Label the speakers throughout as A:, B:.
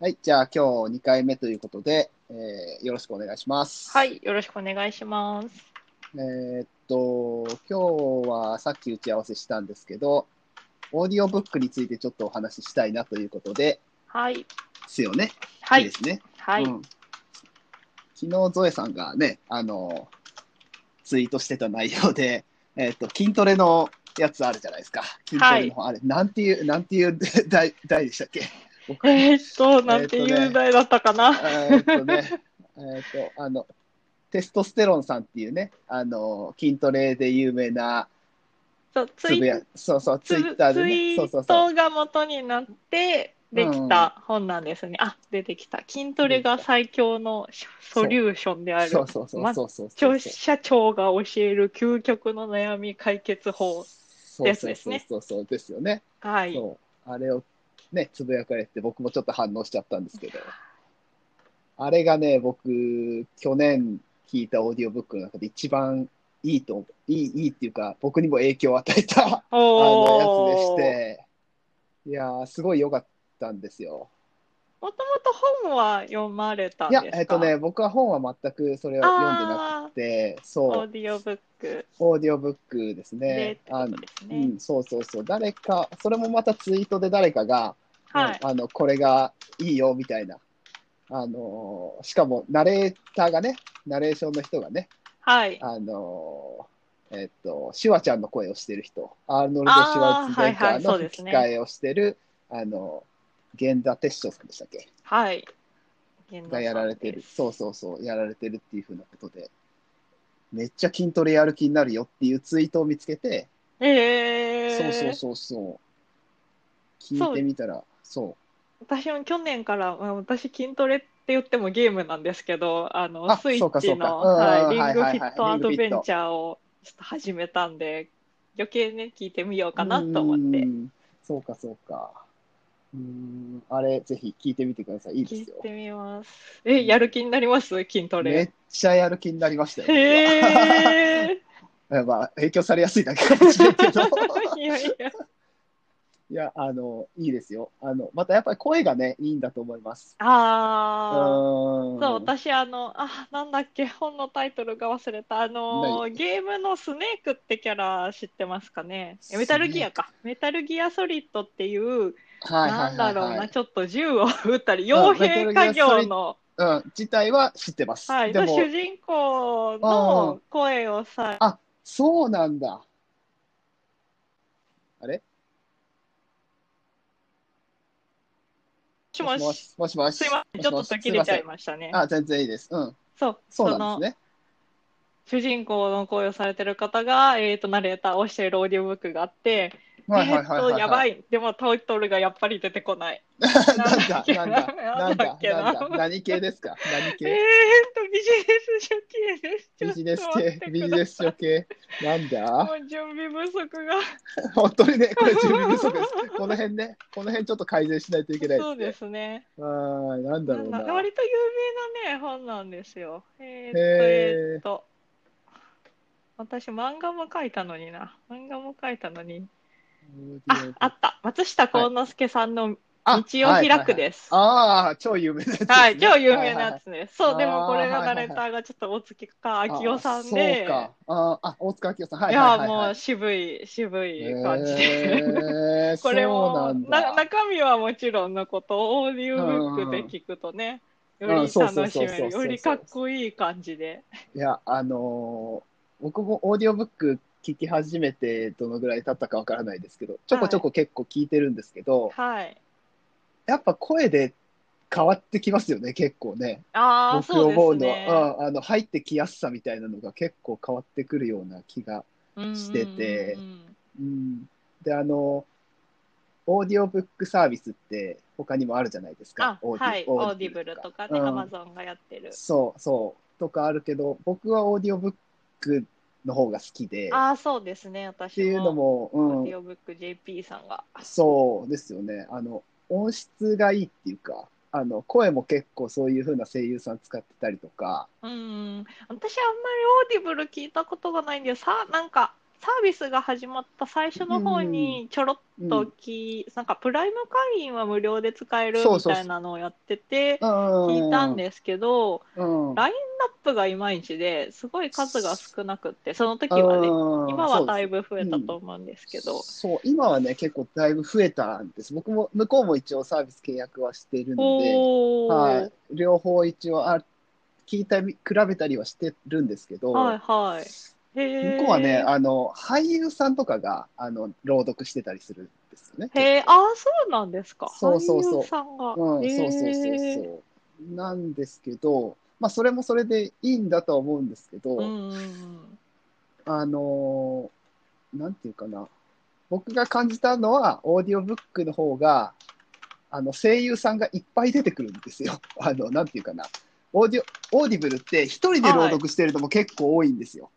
A: はい、じゃあ今日2回目ということで、えーよろしくお願いします。
B: は。い、よろしくお願いします。
A: えーっと、今日はさっき打ち合わせしたんですけど、オーディオブックについてちょっとお話ししたいなということで、
B: はい、
A: ですよね。
B: はい
A: いで
B: い、
A: すね。
B: はい、
A: うん昨日、ゾエさんがね、あの、ツイートしてた内容で、えーっと、筋トレのやつあるじゃないですか。筋トレの、あれ、なんていう、なんていう 題題でしたっけ
B: えーっと、なんて
A: えーっと
B: い
A: ね
B: う題だったかな。
A: えーっとね、えーっと、あの、テストステロンさんっていうね、あの、筋トレで有名な、
B: そう、ツ
A: つ
B: イ
A: ぶや、そうそう、ツ
B: ツ
A: イ
B: イ
A: ッターでね、そうそう
B: ー
A: そう。
B: トが元になってできた本なんですね。あ、出てきた。筋トレが最強のソリューションである。
A: そうそうそう
B: ま
A: そうそうそう。
B: 著者長が教える究極の悩み解決法。
A: そう
B: やつですね
A: そうそうそうそうですよね。
B: はい。
A: そう。あれをね、つぶやかれて、僕もちょっと反応しちゃったんですけど、あれがね、僕、去年聞いたオーディオブックの中で一番いいと、いい、いいっていうか、僕にも影響を与えた。あのや
B: お
A: つでし
B: ー
A: て、いやー、すごい良かったんですよ。
B: もともと本は読まれたん
A: い
B: です
A: や
B: か、
A: えっとね、僕は本は全くそれは読んでな
B: あ
A: くて、
B: ー
A: そ
B: オ
A: う
B: ー、ディオブック
A: オーディオブックです
B: で
A: ね
B: って。こ
A: あ
B: と
A: の
B: です
A: う
B: ね。
A: ん、そうそうそう、誰か、それもまたツイートで誰かが、
B: はい。
A: うんあのこれがいいよみたいな、あのーしかもナレーターがね、ナレーションの人がね、
B: はい。
A: あのーえっと、シュワちゃんの声をしてる人、アーノルド・シュワルツェネッ
B: あーはい
A: ガ
B: はい
A: ー
B: そ
A: の
B: うです
A: 吹き
B: ね
A: 替えをしてる、あの、源田鉄章さんでしたっけ
B: はい。源田さん
A: がやられてる
B: で、す
A: そうそうそう、やられてるっていうふうなことで、めっちゃ筋トレやる気になるよっていうツイートを見つけて、
B: えー、
A: そうそうそうそう、聞いてみたら、そう、
B: 私も去年から、まあ、私筋トレって言ってもゲームなんですけど、あの
A: あ
B: スイ
A: そうか
B: ッ
A: そ
B: チ
A: うか
B: の、
A: うんうん
B: はい、リ
A: は
B: ン
A: い
B: グ
A: はい
B: フィット
A: はい
B: アドベ
A: リングフィッ
B: ン
A: ト
B: チャーをちょっと始めたんで、余計ね、聞いてみようかなと思っ
A: う
B: て、
A: ん。そうかそうか。うーん、あれ、ぜひ聞いてみてください。いいで
B: 聞い
A: すよ。
B: てみます。え、やる気になります筋ト
A: めっ
B: レ。
A: ちゃやる気になりましたよ。 僕は
B: へ
A: えまあ、影響されやすいだけかもしれんけど。
B: ー いやいや。
A: いや、あの、いいですよ。あの、またやっぱり声がね、いいんだと思います。う
B: あー。
A: ーん。
B: そう、私、あの、あ、なんだっけ、本のタイトルが忘れた。あのー、ゲームのスネークってキャラ知ってますかね。えメタルギアか。メタルギアソリッドっていう、
A: はいは
B: ないん
A: は
B: だ
A: い
B: ろう
A: は
B: な、
A: い。
B: ちょっと銃を撃ったり、傭兵家業の、
A: うん、自体は知ってます。
B: はい、
A: で
B: の
A: も、
B: 主人公
A: うんう
B: の声をさ、
A: あ、そうなんだ。あれ
B: もしも
A: も
B: し、
A: しもしもし。
B: すいません、ちょっと途切れちゃいましたね
A: すい。ませんあ、全然いいです。うん。
B: そう、
A: そうな
B: の
A: んですね。
B: 主人公の声をされてる方が、えっと、ナレーターをしているオーディオブックがあって、
A: はいはいはいは
B: えーっと、やば
A: い。
B: い。でも、タイトルがやっぱり出てこない。
A: なんだ、
B: なんだっけ
A: なんだ、なんだ、
B: な
A: なん
B: んだ
A: だ
B: っ、けな
A: 何系ですか何
B: えーっ
A: 系
B: と、ビジネス初級です。
A: ビジネス
B: ちょっと待っ
A: 系
B: てください
A: ビジネス書系なんだ
B: もう準備不足が。
A: 本当にね、これ準備不足です。この辺ね、この辺ちょっと改善しないといけない
B: そうです
A: ね。
B: すね。
A: あーなんだ
B: な
A: ろうんな。
B: だ割と有名なね、本なんですよ。えーっと、
A: へー
B: えーっと。私、漫画も書いたのにな。漫画も書いたのに。あ、あった。松下幸之助さんの道を開く
A: す。
B: です。
A: はいはいはいああ、超有名なやつですね。
B: はい、超有名な
A: はい
B: やつね。そう、でもこれ
A: あ
B: が
A: ー
B: ナレーターがちょっと大月か
A: はいはい
B: 明夫さんで、
A: あそうか。あーあ、大塚明夫さん。はいい
B: や
A: はい
B: ー、
A: はいは
B: も。
A: いう
B: 渋い、渋い
A: え
B: 感じで。
A: ー
B: これ
A: そう
B: も
A: なんだ
B: な中身はもちろんのことオーディオブックで聞くとね、
A: うん
B: よ
A: うん
B: り楽し
A: そうそうそうそ
B: め
A: う
B: るよりかっこいい感じで
A: いや、あのー僕もオーディオブック聞き始めてどのぐらい経ったかわからないですけど、ちょこちょこ結構聞いてるんですけど、
B: はい
A: やっぱ声で変わってきますよね、結構ね。
B: ああ
A: 僕
B: そう
A: 思う
B: です
A: のは、
B: ね
A: うんあの入ってきやすさみたいなのが結構変わってくるような気が。
B: うん
A: してて
B: うんうん
A: うん、で、あの、オーディオブックサービスって他にもあるじゃないですか
B: あ。はいオーディ
A: ブ
B: ブ
A: ル
B: ル
A: と
B: と
A: か
B: かね
A: うん
B: アマゾンがやってる
A: そうそう、とかあるけど、僕はオーディオブックの方が好きで、っ
B: ああそうですね私
A: ていうのも、
B: オー
A: う
B: ディ
A: ん、
B: オブック JP さんが
A: そうですよね。あの、音質がいいっていうか、あの、声も結構そういう風な声優さん使ってたりとか、
B: うん、私あんまりオーディブル聞いたことがないんで、さ、なんか、サービスが始まった最初の方にちょろっとき、なんかプライム会員は無料で使える
A: そう
B: み
A: そうそう
B: たいなのをやってて
A: 聞
B: 聞いたんですけど、
A: うん。
B: ラインナップがいまいちですごい数が少なくってその時はね
A: うん
B: 今はだい
A: ぶ
B: ぶ増えたと思うんですけど、
A: そう、今はね、結構だいぶ増えたんです。僕も、向こうも一応サービス契約はしているので、
B: おお、
A: はい、両方一応あ、聞いたり、比べたりはしてるんですけど、
B: はいはいへ
A: 向こ
B: ー
A: うはね、あの、俳優さんとかが、あの、朗読してたりするんですよね。
B: へえああそうなんですか
A: そうそうそう
B: 俳優さんが、
A: うん、
B: へー
A: そうそうそうそう。なんですけど、まあ、それもそれでいいんだとは思うんですけど、
B: うんうんうん
A: あのーなんていうかな、僕が感じたのは、オーディオブックの方が、あの声優さんがいっぱい出てくるんですよ。 あのなんていうかな、オーディオオーディブルって、一人で朗読してるのも結構多いんですよ。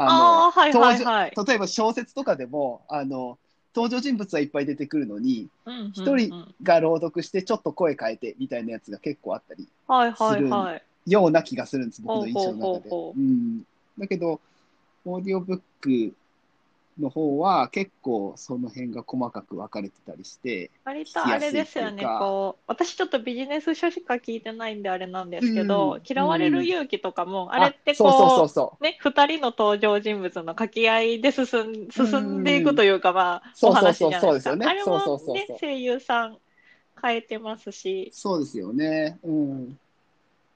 B: ああーはい
A: の
B: はいはい
A: 登場例えば小説とかでもあの、登場人物はいっぱい出てくるのに、
B: 一
A: 一人が朗読して、ちょっと声変えてみたいなやつが結構あったり
B: はいはいはい
A: ような気がするんです、僕の印象の中で。
B: ほうほうほうほ
A: うん、だけど、オーディオブックの方は結構その辺が細かく分かれてたりして、
B: 割とあれですよ
A: 聞きやすいって
B: ね
A: いうか
B: こう私ちょっとビジネス書しか聞いてないんであれなんですけ
A: う
B: ど、
A: ん
B: 嫌われる勇気とかも、あれってこ
A: そ
B: う
A: うそうそう
B: ね、2人の登場人物の掛け合いで進ん進んでいくというか、まあ、
A: そう
B: お話じゃない
A: そうそうそうです
B: ですか。
A: よね
B: あれ
A: そうそう
B: も
A: そう
B: ね
A: そう、
B: 声優さん変えてますし、
A: そう。そうですよね。うん。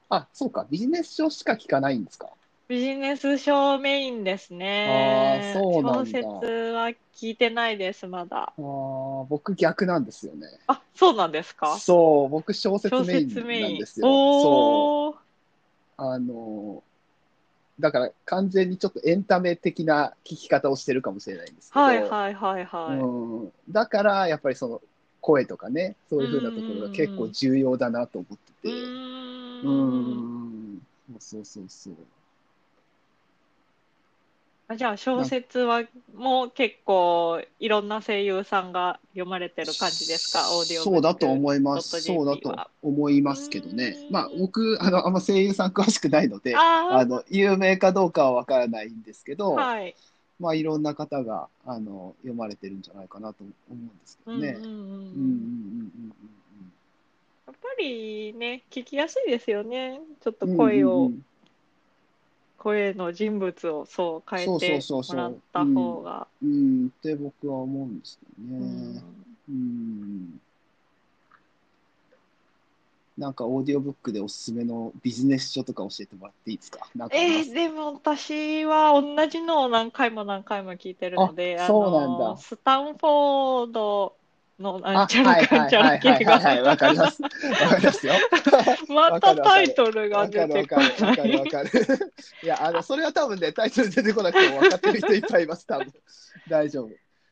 A: あ、そうか、ビジネス書しか聞かないんですか。
B: ビジネス書メインですね。
A: あーそうなんだ
B: 小説は聞いてないです、ま
A: あ
B: だ。
A: ー僕逆なんですよね。
B: あ、そうなんですか
A: そう、僕小説
B: 小
A: メイ
B: 説
A: ン
B: メ
A: なん
B: イン
A: で。すよ。そう。
B: おー
A: あのーだから完全にちょっとエンタメ的な聞き方をしてるかもしれないんですけど、
B: はいはいはいはい。
A: うん、だからやっぱりその声とかねそういうふうなところが結構重要だなと思ってて
B: うー
A: うんんそうそうそう
B: あじゃあ小説はもう結構いろんな声優さんが読まれてる感じですかオーディオ
A: そうだと思います
B: ド
A: そうだ
B: ット JP
A: と
B: は
A: 思いますけどね
B: うん
A: まあ僕あのあんま声優さん詳しくないのであ
B: あ
A: の有名かどうかはわからないんですけ
B: あ
A: ど、
B: はい、
A: まあいろんな方があの読まれてるんじゃないかなと思うんですけ
B: う
A: ど
B: んうんうん
A: ね。
B: うん
A: うんうんうんうんうん
B: やっぱりね聞きやすいですよねちょっと
A: うん
B: 声を、
A: うんうん
B: 声の人物をそう変えて
A: そうそうそうそう
B: もらった方が
A: うんって僕は思うんですけど
B: う
A: ね。
B: ん
A: うんなんかオーディオブックでおすすめのビジネス書とか教えてもらっていいですかなんか
B: えーでも私は同じのを何回も何回も聞いてるので
A: あ
B: あ
A: そうなんだ
B: のスタンフォードのな
A: あ
B: んちゃらかんちゃら
A: はい
B: 系
A: はいはいはいはい、わ
B: が
A: かります。わかり ますよ。
B: またタイトルが
A: わか
B: 出
A: るわ
B: てこ
A: か
B: な
A: るわかるわ
B: い。
A: かる。いや、あの、それは多分ね、タイトル出てこなくても分かってる人いっぱいいます、多分。大丈夫。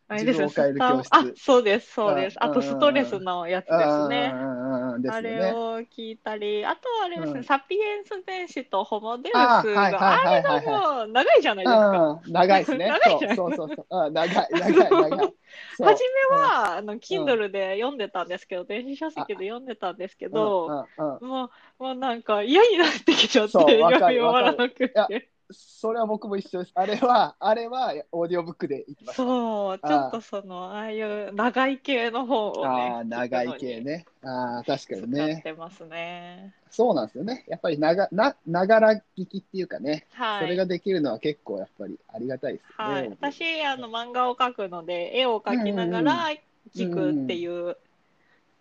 B: あれです
A: 自分を変える教室
B: あ、そうです、そうです。
A: うん
B: あとストレスのやつですね。
A: あー
B: あ
A: です
B: れ
A: よね。
B: を聞いたり、あとあれです
A: うん
B: ね、サピエンス電子とホモデウス
A: あ
B: が、
A: ーはいはい
B: あ
A: はい
B: れ
A: はいはい
B: がもう長いじゃないですか。
A: うん、長いですね
B: 長いじゃ。ん
A: そうそうそうそう。うん、長い、長い、長い。そう
B: 初めは、あの、Kindle で読んでたんですけど、電子書籍で読んでたんですけど、
A: うんうんうん
B: もう、もうなんか嫌になってきちゃって、
A: そうわ
B: 読み
A: かる
B: 終わらなく
A: わか
B: て。
A: それは僕も一緒です。あれは、あれはオーディオブックで行きました。
B: そう、ちょっとその、ああいう長い系の方をね
A: ああ、、長い系ね。ああ、確か
B: 聞く
A: に
B: のに使っ
A: ね。
B: てますね。
A: そうなんですよね。やっぱりなが、な、ながら聞きっていうかね、
B: はい。
A: それができるのは結構やっぱりありがたいですよね。
B: はい、私あの漫画を描くので絵を描きながら聞くっていう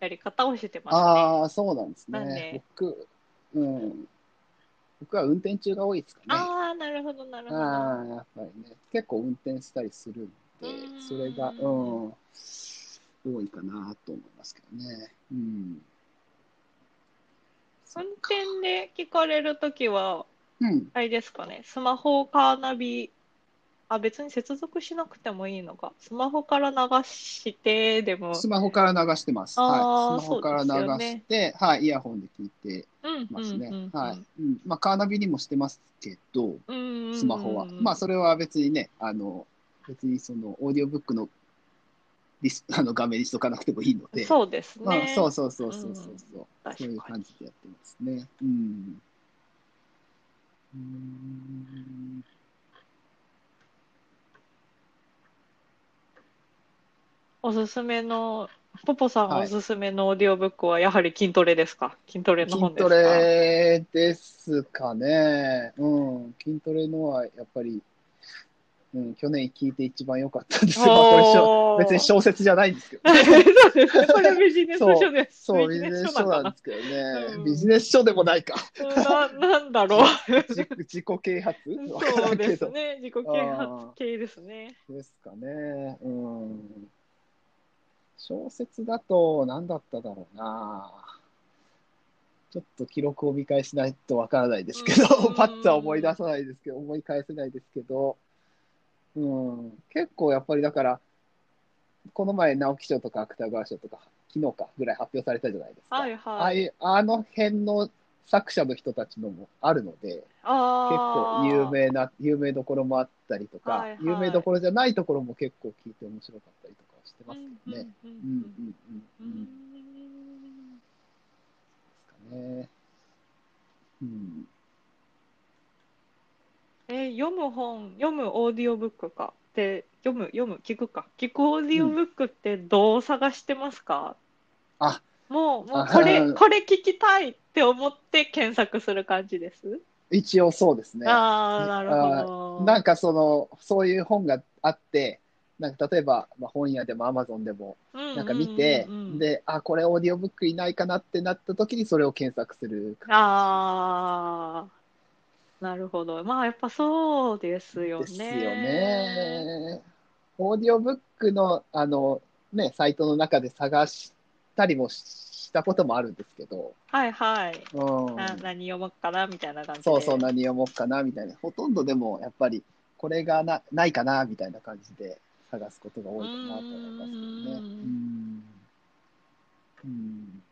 B: やり方をしてますね。
A: ああ、そうなんです
B: なん
A: ね
B: で。
A: 僕、うん。僕は運転中が多いですかね。あ
B: ああなるほど なるほど。
A: あ、やっぱりね。結構運転したりするんで
B: うん、
A: それが、うん、多いかなと思いますけどね。うん。
B: 運転で聞かれるときは
A: うん。
B: あれですかねスマホカーナビあ別に接続しなくてもいいのかスマホから流してでも
A: スマホから流してます。
B: あー
A: はい、スマホから流
B: そうですよ
A: し
B: ね
A: て、はい、イヤホンで聞いて
B: うんう
A: ま
B: ん
A: す
B: うん
A: ね。
B: うん
A: はい、うん、まあカーナビにもしてますけど、
B: うんうんうん
A: スマホは、まあそれは別にね、あの別にそのオーディオブックのディスあの画面にしとかなくてもいいので、う
B: そうですね。
A: ん、そうそうそうそうそうそう、
B: うん
A: そういう
B: 確か
A: 感じでやってますね。うん。うーん
B: おすすめの、ポポさん
A: はい
B: おすすめのオーディオブックはやはり筋トレですか筋トレの
A: 筋
B: 本です
A: ト
B: か
A: レですかね。うん、筋トレのはやっぱり、うん、去年聞いて一番良かったんですよ。まあこれしょ
B: おー。
A: 別に小説じゃないんですけど
B: そうですね。これビジネス書です。
A: そう、ビ
B: ビジ
A: ジ
B: ネ
A: ネ
B: ス
A: ス
B: 書
A: 書なんん
B: なだ
A: ですけどね。
B: うん
A: ビジネス書でもないか。
B: な。なんだ ろう。
A: 自自己啓発わから
B: そう
A: け
B: んです
A: ど。
B: ね。自己啓発系ですね。
A: ですかね。うん。小説だと何だっただろうな。ちょっと記録を見返しないとわからないですけど
B: う ん、
A: パッとは思い出さないですけど、思い返せないですけど、うん、結構やっぱりだから、この前、直木賞とか芥川賞とか、昨日かぐらい発表されたじゃないですか。
B: はい
A: ああ
B: はい。
A: いうあの辺の作者の人たちのもあるので、結
B: あ
A: 構
B: ー
A: 有名な、有名どころもあったりとか、
B: はいはい
A: 有名どころじゃないところも結構聞いて面白かったりとかはしてますけどね。
B: う
A: うん
B: ん
A: うんう
B: うん
A: うん。
B: ん
A: で。すかね。うん。
B: え、読む本、読むオーディオブックか。で、読む、読む、聞くか。聞くオーディオブックってどう探してますか
A: あ、
B: もう、もう
A: あ
B: これ、
A: うん
B: これ聞きたいって思って検索する感じです。
A: 一応そうですね。
B: ああ、なるほど。
A: なんかその、そういう本があって、なんか例えば、まあ、本屋でもアマゾンでもなんか見て、
B: うんうんうんうん、
A: で、あ、これオーディオブックいないかなってなった時にそれを検索する感じ
B: ああ、なるほど。まあ、やっぱそうですよね。
A: ですよね。オーディオブックのあの、ね、サイトの中で探したりもししたこともあるんですけど、
B: はいはい。
A: うん、
B: な何読もうかなみたいな感じで。
A: そうそう何読もうかなみたいなほとんどでもやっぱりこれがなないかなみたいな感じで探すことが多いかなと思いますけどね。
B: う
A: うんんうん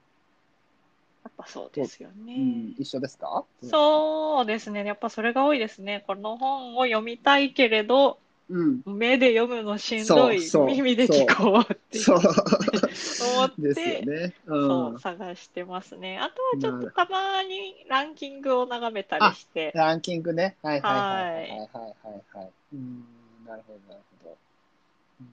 B: やっぱそうですよね。
A: うん、一緒ですか
B: そうですね。やっぱそれが多いですね。この本を読みたいけれど、
A: う、うん、
B: 目で読むのしんどい、
A: そうそう
B: 耳で聞こうって
A: そう
B: 思って、
A: ですよね。、
B: そううん探してますね。あとはちょっとたまにランキングを眺めたりして、
A: ランキングね。はいはいはいはいはいはい、はい。うーん、なるほどなるほど。うーん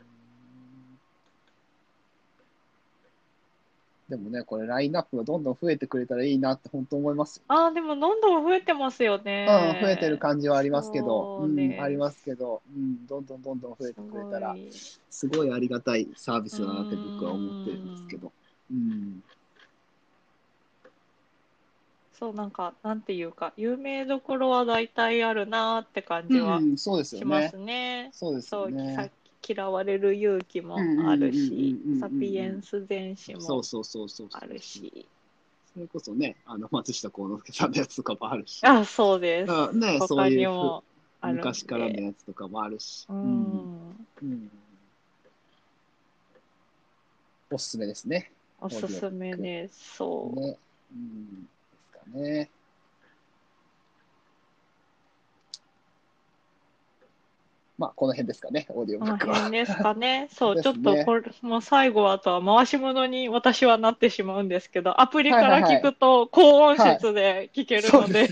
A: でもね、これラインナップがどんどん増えてくれたらいいなって本当思いますよ。
B: ああ、でもどんどん増えてますよね。
A: うん、増えてる感じはありますけど、
B: そう
A: う
B: ね
A: ん、ありますけど、うん、どんどんどんどん増えてくれたら、
B: す
A: すごいありがたいサービスだなって僕は思ってるんですけど。うん、
B: ごいそう、なんか、なんていうか、有名どころは大体あるなーって感じは
A: うん、そうです
B: し
A: よ
B: ま
A: ね
B: す。ね。
A: そうです
B: そ
A: よ
B: う、さっ
A: ね。
B: き嫌われる勇気もあるし
A: うんうんうんうんうんうんう、ん
B: サピエンス全史
A: そ
B: も
A: うそうそうそうそう。
B: あるし。
A: それこそね、あの松下幸之助さんのやつとかもあるし、
B: あ、そうです。
A: うんね、そ
B: 他
A: うい
B: に
A: う
B: もあるんで
A: 昔からのやつとかもあるし、
B: う
A: うん
B: ん。
A: うんおすすめですね。
B: おすすめです。そう。
A: ねうん、ですかね。まあ、この辺ですかね、オーディオ
B: こ
A: ブッ
B: の
A: クは。
B: 辺です かね。そう、
A: で
B: ちょ
A: す
B: っ
A: ね
B: とこれ、もう最後はあとは回し物に私はなってしまうんですけど、アプリか
A: はい
B: ら
A: はいはい
B: 聞くと高音質で聞けるので、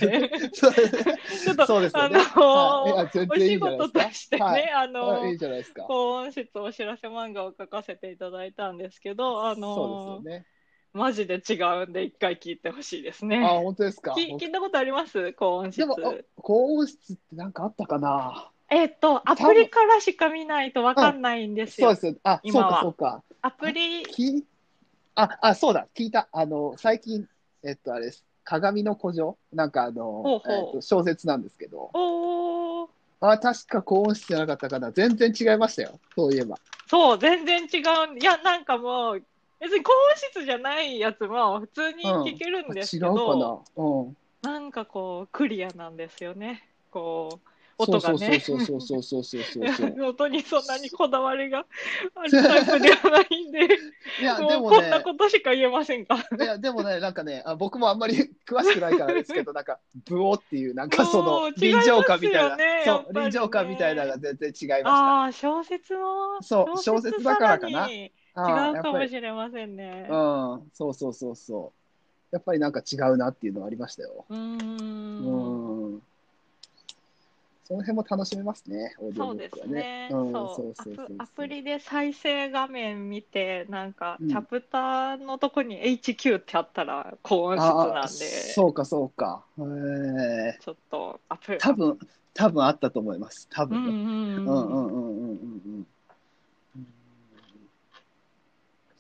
A: そうです
B: ちょっと
A: そうですよね。
B: あのー
A: はいいや全
B: お
A: 然いい
B: 仕
A: んじゃない
B: 事
A: です
B: と
A: か。
B: してね、
A: はい
B: あ
A: あい
B: の
A: い、じゃないですか。
B: 高音質お知らせ漫画を書かせていただいたんですけど、あ
A: そ
B: の
A: う、ですよね。
B: マジで違うんで一回聞いてほしいです
A: あ、
B: ね。
A: 本当ですか。
B: き聞いたことあります高音質
A: で。も、あ高音質ってなんかあったかな
B: えっと、アプリからしか見ないとわかんないんです
A: そ
B: よ。
A: うですよ。あ、そう
B: 今は
A: か、そうか。
B: アプリ、
A: きあ、あ、そうだ、聞いた。あの、最近、えっと、あれです。鏡の古城なんかあの、
B: ほうほう
A: えっと、小説なんですけど。
B: おー。
A: あ、確か高音質じゃなかったかな。全然違いましたよ。そういえば。
B: そう、全然違うん。いや、なんかもう、別に高音質じゃないやつも普通に聞けるん
A: あ
B: です
A: 違
B: け
A: うか
B: ど、
A: な。うん。
B: なんかこう、クリアなんですよね。こう、
A: そ
B: 音
A: う
B: が
A: そうそう
B: ね。
A: そうそうそうそうそうそう。
B: いや音にそんなにこだわりがあるタイプではないんで、
A: いや、
B: もう
A: でも
B: こんな
A: ね、
B: ことしか言えませんが。
A: いや、でもね、なんかね、あ僕もあんまり 詳しくないからですけど、なんか、ブオっていう、なんかそ
B: お
A: の、
B: ー違い
A: 臨
B: ますよね
A: 場感みたいな、
B: やっぱ
A: そ
B: り
A: う、
B: ね
A: 臨場感みたいなのが全然違いました。
B: ああ、小説も、
A: そう小説だからかな
B: 小説さ
A: あ
B: ら
A: あや
B: に違う
A: っ
B: か
A: ぱ
B: も
A: り
B: しれませんね。
A: うん、そうそうそうそう。やっぱりなんか違うなっていうのはありましたよ。
B: うー。
A: うんん。その辺も楽しめますね、オーディ
B: そ
A: オ
B: う
A: ブッ
B: です
A: クは
B: ね
A: ね。。
B: そう
A: そうそうそうそう
B: アプ。アプリで再生画面見て、なんか、
A: うん
B: チャプターのとこに HQ ってあったら、高音質
A: あ
B: な
A: あ、
B: んで、
A: そうか、そうか。えー、
B: ちょっとアプリ。
A: 多分多分あったと思います。多
B: うんう
A: 分ね。
B: ん
A: う
B: うんん
A: うんうんうんうんうん。うん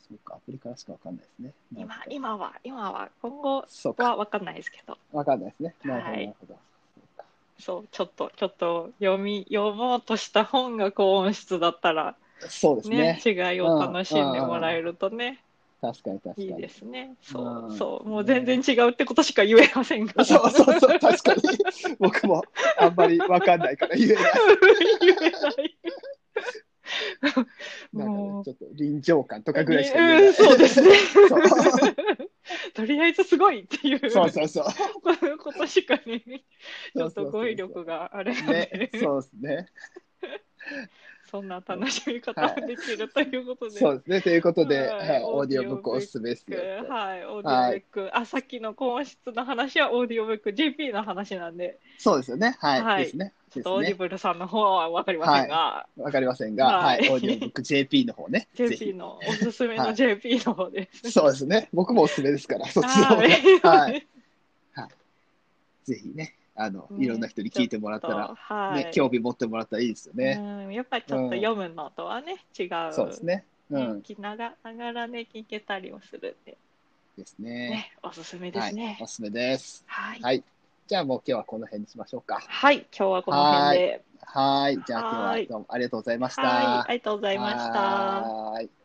A: そうか、アプリからしかわかんないですね。なる
B: 今
A: ほど
B: 今は、今は、今後
A: そうか、
B: は分かんないですけど、
A: わかんないですね。なるほど、
B: は
A: ないるほど。そうか
B: そう、ちょっと、ちょっと読み、読もうとした本が高音質だったら、
A: そうです
B: ね
A: ね。
B: 違いを楽しんでもらえるとね、
A: 確かに確か
B: いい
A: に
B: で。すね。そうう、
A: ん
B: そう、もう全然違うってことしか言えませんが。
A: そうそうそう、確かに。僕もあんまりわかんないから言えない。
B: 言えない。
A: なんかね
B: も、う
A: ちょっと臨場感とかぐらいしか言えな
B: う
A: い。
B: んそ うですね
A: そう。
B: とりあえずすごいっていう
A: そうそうそう。
B: ことしかね、 ちょっと語彙力
A: が。
B: があれなん
A: ね
B: で、、
A: そうですね。
B: そんな楽しみ方もできるということで。
A: そうですね。ということで、
B: はい
A: はい、オーディオブックおすすめですよ。
B: はい、オーディオブック、あさっきの高音質の話はオーディオブック JP の話なんで
A: そうですよね。はい。
B: はい
A: ですね。
B: ちょ
A: で
B: っとオ
A: す
B: ーディ
A: ね。
B: ブルさんの方は分かりませんが、
A: わかりませんが、は、
B: はいい
A: オーディオブック JP の方 ね。ぜ
B: JP
A: ひ。
B: のおすすめ
A: は
B: の
A: い
B: JP の方です。
A: そうですね。僕もおすすめですから、そっちの方
B: は
A: ね。
B: い
A: はいぜひね、あの、
B: ね
A: いろんな人に聞いてもらったら、
B: は
A: ね、興味持ってもらったらいいですよね。
B: うん、やっぱりちょっと読むのとはね、違う。
A: そうですね。う
B: ね。
A: ん。
B: 聞きながながらね、聞けたりもするんで、
A: ですね。
B: ね、おすすめで
A: は
B: す
A: い
B: ね。。
A: おすすめです。
B: はい。
A: はいじゃあもう今日はこの辺にしましょうか。
B: はい、今日はこの辺で。
A: はい。じゃあ今日
B: は
A: はいどうもありがとうございました。
B: はい、ありがとうございました。
A: はーい。